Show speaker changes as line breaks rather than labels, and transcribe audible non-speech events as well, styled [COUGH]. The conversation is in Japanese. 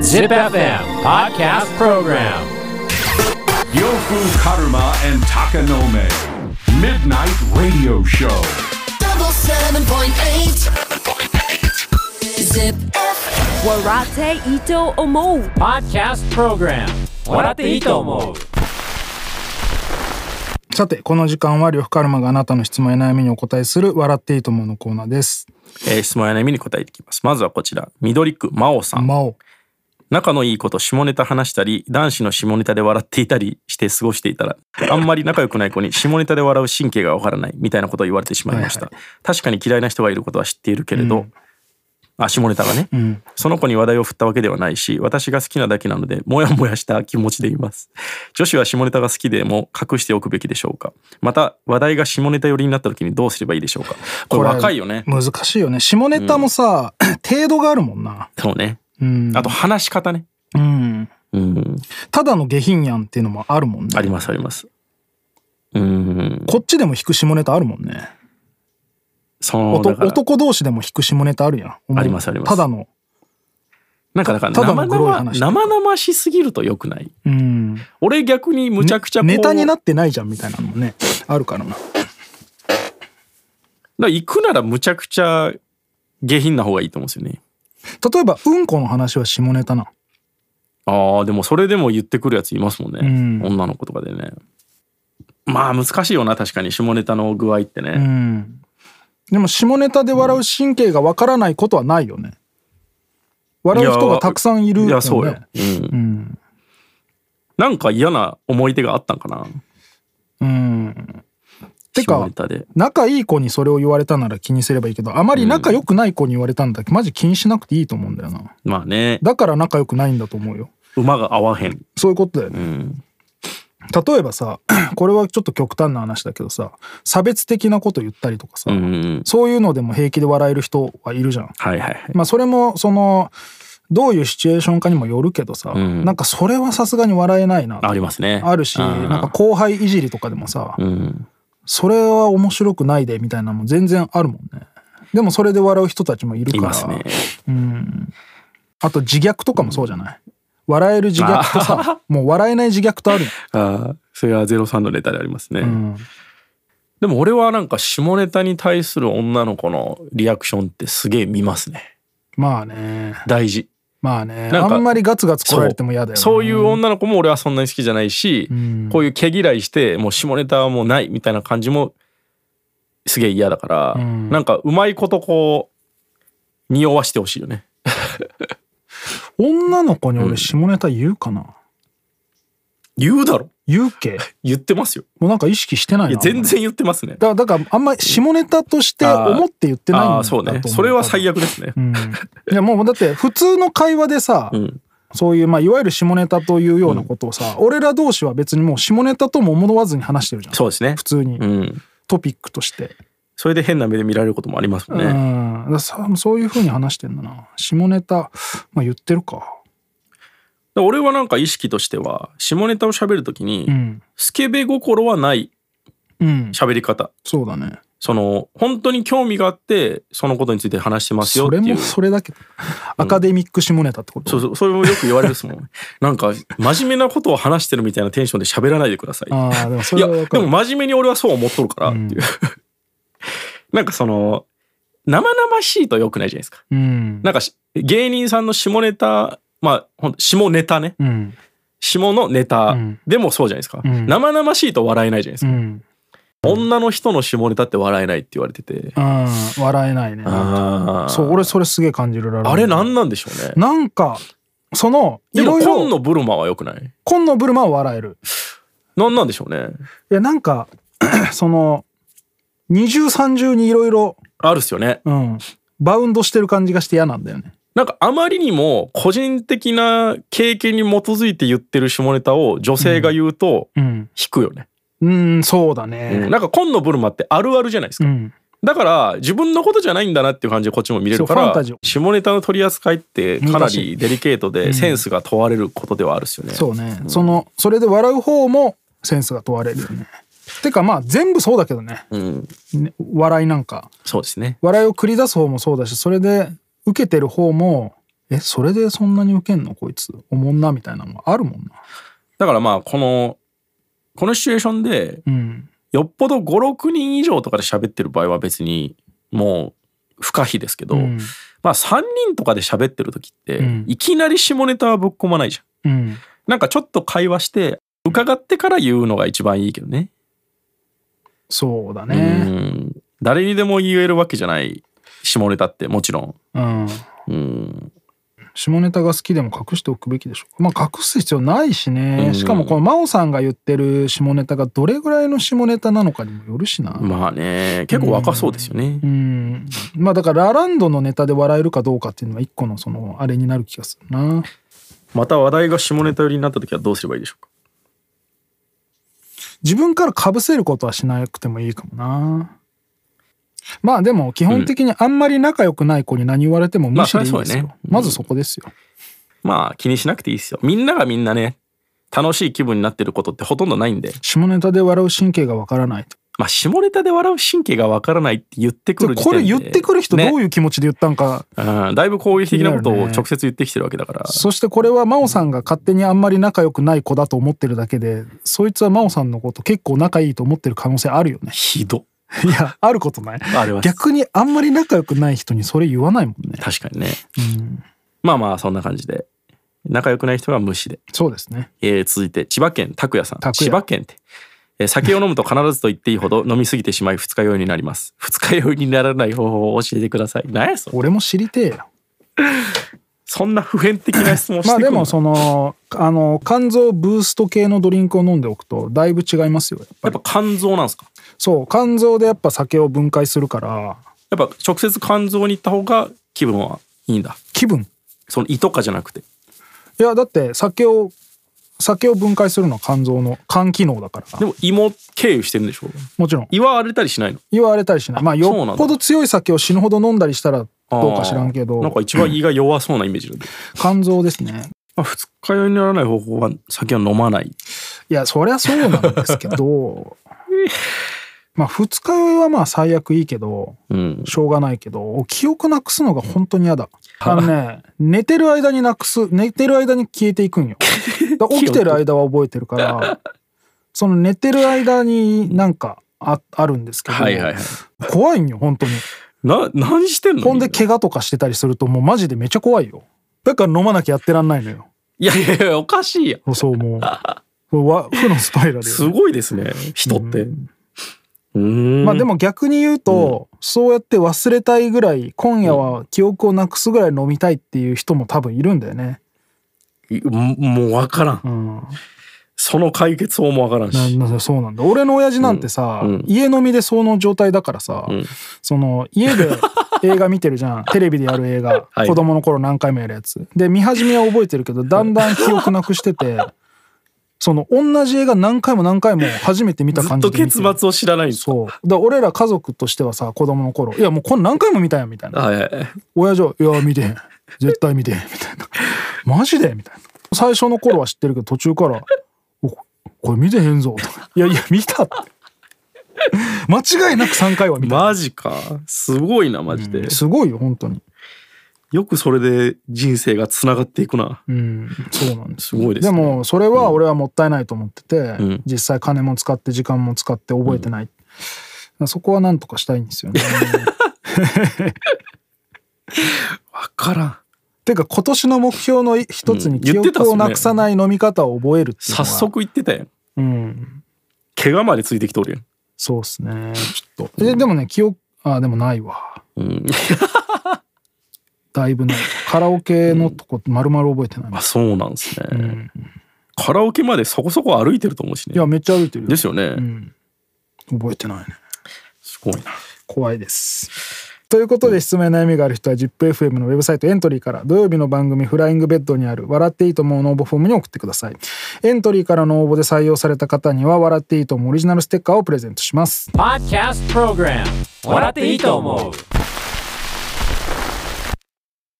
Zip FM Podcast Program
Yofu Karuma and Takanome. Midnight Radio Show.
double seven point eight. Zip.
Warate Ito Omo
Podcast Program 笑っていいと思う
さて、この時間は、呂布カルマがあなたの質問や悩みにお答えする、笑っていいと思うのコーナーです。
えー質問や悩みに答えていきます。まずはこちら、緑区真央さん。
魔王。
仲のいい子と下ネタ話したり、男子の下ネタで笑っていたりして過ごしていたら、あんまり仲良くない子に下ネタで笑う神経がわからないみたいなことを言われてしまいました。確かに嫌いな人がいることは知っているけれど、あ、下ネタがね、その子に話題を振ったわけではないし、私が好きなだけなので、もやもやした気持ちでいます。女子は下ネタが好きでも隠しておくべきでしょうかまた、話題が下ネタ寄りになった時にどうすればいいでしょうかこれ若いよね。
難しいよね。下ネタもさ、程度があるもんな。
そうね。
うん。
あと話し方ね。
うん。
うん。
ただの下品やんっていうのもあるもんね
あ。りますあります。うん。
こっちでも引く下ネタあるもんね。
そう
おと
だから
男同士でも引く下ネタあるやん。
ありますあります
ただの。
なんかだから
ただ
生
のグロい話
々生々しすぎると良くない。
うん。
俺逆にむちゃくちゃこう
ネタになってないじゃんみたいなのもね、あるからな。
だから行くならむちゃくちゃ下品な方がいいと思うんですよね。
例えば、うんこの話は下ネタな。
ああでもそれでも言ってくるやついますもんね。
ん
女の子とかでね。まあ難しいよな確かに下ネタの具合ってね。
うん。でも、下ネタで笑う神経がわからないことはないよね。笑う人がたくさんいるよ、
い
ね。
やそうよ、うん
うん。
なんか嫌な思い出があったんかな
うん。て
下
か
ネ、タで
仲いい子にそれを言われたなら気にすればいいけど、あまり仲良くない子に言われたんだけど、マジ気にしなくていいと思うんだよな。
まあね
だから仲良くないんだと思うよ。
馬が合わへん、
そういうことだよね。
うん、
例えばさ [CLEARS THROAT] これはちょっと極端な話だけどさ差別的なこと言ったりとかさ、
うんうん
そういうのでも平気で笑える人はいるじゃん。
はいはいはい
まあそれもそのどういうシチュエーションかにもよるけどさ、
ん
なんかそれはさすがに笑えないな
ありますね
あるし
うん
なんか後輩いじりとかでもさ、
うん
それは面白くないでみたいなのも全然あるもんね。でもそれで笑う人たちもいる
い
か
ます
ら、
ね
あと自虐とかもそうじゃない、笑える自虐とさもう笑えない自虐とある
ああそれはゼロ三のネタでありますね、でも俺はなんか下ネタに対する女の子のリアクションってすげえ見ますね
まあね
大事
まあね
なん
あ
か
んまりガツガツ来
そ
ら
う
れても嫌だよ、ね、
そういう女の子も俺はそんなに好きじゃないし、こういう毛嫌いしてもう下ネタはもうないみたいな感じもすげえ嫌だから、なんかうまいことこう匂わしてほしいよね
女の子に俺下ネタ言うかな、
言うだろ
言うけ
言ってますよ
もうなんか意識してないない
や全然言ってますね
だだからあんまり下ネタとして思って言ってないんだ
ああそうねそれは最悪ですね、
悪いやもうだって普通の会話でさ、
ん
そういうまあいわゆる下ネタというようなことをさ、俺ら同士は別にもう下ネタとも思わずに話してるじゃん
そうですね
普通に、
うん
トピックとして、
それで変な目で見られることもありますもんね、
うんだからさそういうふうに話してんだな下ネタまあ言ってるか
で俺はなんか意識としては下ネタを喋るときに、
うん
スケベ心はない
うん
喋り方
そうだね
その本当に興味があってそのことについて話してますよ
そ
って
れ
いう
もそれだけどアカデミック下ネタってこと、
そうそうそれもよく言われるですもん [LAUGHS] なんか真面目なことを話してるみたいなテンションで喋らないでください
ああでもそ
い
れ
や
は
で
分かる
も真面目に俺はそう思っとるからっていう、 [LAUGHS] なんかその生々しいと良くないじゃないですか
うん
なんかし芸人さんの下ネタまあほんと下ネタね
うん
下のネタ
ん
でもそうじゃないですか、
ん
生々しいと笑えないじゃないです
う
か、
ん
女の人の下ネタって笑えないって言われてて、
うん笑えないね
あ
そう俺それすげえ感じるら
あれなんんなんでしょうね
なんかそのい
でも
ろい
紺
ろ
のブルマはよくない
紺野ブルマは笑える
なんなんでしょうね
いやなんか [CLEARS THROAT] その二重三重にいろいろ
あるっすよね
うんバウンドしてる感じがして嫌なんだよね
なんかあまりにも個人的な経験に基づいて言ってる下ネタを女性が言うと
うん
引くよ
う
ね、
んそうだ
うん
ね
なんか紺のブルマってあるあるじゃないです
う
か、
ん
だから自分のことじゃないんだなっていう感じでこっちも見れる
そ
か
うファン
ら
タジー
下ネタの取り扱いってかなりデリケートでセンスが問われることではあるっすよね、
そうねそのそれで笑う方もセンスが問われるよねてかまあ全部そうだけどね
うん、
ね笑いなんか
そうですね
笑いを繰り出す方もそうだしそれで受けてる方もえそれでそんなにウケんのこいつおもんなみたいなのあるもんな
だからまあこのこのシチュエーションで
うん
よっぽど56人以上とかで喋ってる場合は別にもう不可避ですけど、
うん
まあ3人とかで喋ってる時って、
うん
いきなり下ネタはぶっ込まないじゃん。
うん
なんかちょっと会話して伺ってから言うのが一番いいけどね。
そうだ
う
ね
ん誰にでも言えるわけじゃない下ネタってもちろん。
うん、
うん
下ネタが好きでも隠しておくべきでしょうかまあ隠す必要ないしね、しかもこの真央さんが言ってる下ネタがどれぐらいの下ネタなのかにもよるしな、
まあね結構若そうですよね。
うんまあだからラランドのネタで笑えるかどうかっていうのは一個のそのあれになる気がするな
また話題が下ネタ寄りになった時はどうすればいいでしょうか
自分からかぶせることはしなくてもいいかもなまあでも基本的にあんまり仲良くない子に何言われても無視でいいんですよ、
まあそりゃそうだねうん
まずそこですよ、
まあ気にしなくていいですよ。みんながみんなね、楽しい気分になってることってほとんどないんで、
下ネタで笑う神経がわからないと
まあ下ネタで笑う神経がわからないって言ってくる時
これ
点で
言ってくる人どう
ね
いう気持ちで言ったんか、
うん、だいぶ攻撃的なこと
気にな
を
るね
直接言ってきてるわけだから、
そしてこれは真央さんが勝手にあんまり仲良くない子だと思ってるだけでそいつは真央さんのこと結構仲いいと思ってる可能性あるよね
ひど。
[LAUGHS] いやあることない
あります
逆にあんまり仲良くない人にそれ言わないもんね
確かにね。まあまあそんな感じで。仲良くない人は無視で。
そうですね
えー続いて千葉県拓也さん
拓也
千葉県って、えー酒を飲むと必ずと言っていいほ
[LAUGHS]
ど飲みすぎてしまい二日酔いになります二日酔いにならない方法を教えてください何やそれ
俺も知りてえよ
そんな普遍的な質問し
ま
てくる
あ
の
でもそのあの肝臓ブースト系のドリンクを飲んでおくとだいぶ違いますよやっぱ
やっ
り
ぱ肝臓なんですか
そう肝臓でやっぱ酒を分解するから
やっぱ直接肝臓に行った方が気分はいいんだ
気分
その胃とかじゃなくて
いやだって酒を酒を分解するのは肝臓の肝機能だから
でも胃も経由してるんでしょ
もちろん
胃は荒れたりしないの
言われたりしないまあ
そうなんだ
よっぽど強い酒を死ぬほど飲んだりしたらどうか知らんけ
あーなん
ど
か一番胃が弱そうなイメージなんで、
肝臓ですね
まあ、二日酔いにならない方法は酒は飲まない
いやそりゃそうなんですけ
[LAUGHS]
どまあ二日酔いはまあ最悪いいけど
うん
しょうがないけど記憶なくすのが本当に嫌だあのね寝てる間になくす寝てる間に消えてい
[LAUGHS]
くんよだから起きてる間は覚えてるからその寝てる間になんかああるんですけど、
はいはいはい
怖いんよ本当に
な何してんの
ほんで
みんな
怪我とかしてたりするともうマジでめちゃ怖いよだから飲まなきゃやってらんないのよ
いやいやいやおかしいやん
そうもうわ負のスパイラルよ
すごいですね人って。うん
まあでも逆に言うと、そうやって忘れたいぐらい今夜は記憶をなくすぐらい飲みたいっていう人も多分いるんだよね。
ももうわからん
うん、
その解決法もわからん
な
し
なそうなんだ俺の親父なんてさ、
うんうん
家飲みでその状態だからさ、
ん
その家で映画見てるじゃんテ [LAUGHS] レビでやる映画、
はい
子供の頃何回もやるやつで見始めは覚えてるけどだんだん記憶なくしてて [LAUGHS] その同じ映画何回も何回も初めて見た
ずっ
感
と
じで見て
結
る
末を知らないんです
そうだから俺ら家族としてはさ子供の頃いやもうこれ何回も見たやんみたいな
はいはいはい
親父は「いや見てへん絶対見てへん」みたいな「マジで?」みたいな最初の頃は知ってるけど途中から「おこれ見てへんぞ」とか「いやいや見た」って間違いなく3回は見た、
マジかすごいなマジで、
すごいよ本当に
よくそれで人生がつながっていくな
うんそうなんです
すごいで
です
ね
もそれは俺はもったいないと思ってて、
ん
実際金も使って時間も使って覚えてない、そこはなんとかしたいんですよね [LAUGHS]
わからん
てか今年の目標の一つ
うん
に記
言ってたっす
憶
ね
をなくさない飲み方を覚えるっていうの
早
は、
速言ってたやん
うん、
怪我までついてきとる
そうっすね。ちょっと。え、でもね、記憶、あ、でもないわ。
やん、うん、
だいぶ [LAUGHS] ない。カラオケのとこ、まるまる覚えてない
あ。そうなんですね、
ん
カラオケまでそこそこ歩いてると思うし
い
ね
や、めっちゃ歩いてるよ
で。すよね、
うん。覚えてないね。
すごいな
[LAUGHS] 怖いです。ということで質問や悩みがある人は ZIPFM のウェブサイトエントリーから土曜日の番組「フライングベッド」にある「笑っていいと思う」の応募フォームに送ってくださいエントリーからの応募で採用された方には「笑っていいと思う」オリジナルステッカーをプレゼントします
Podcast Program 笑っていいと思う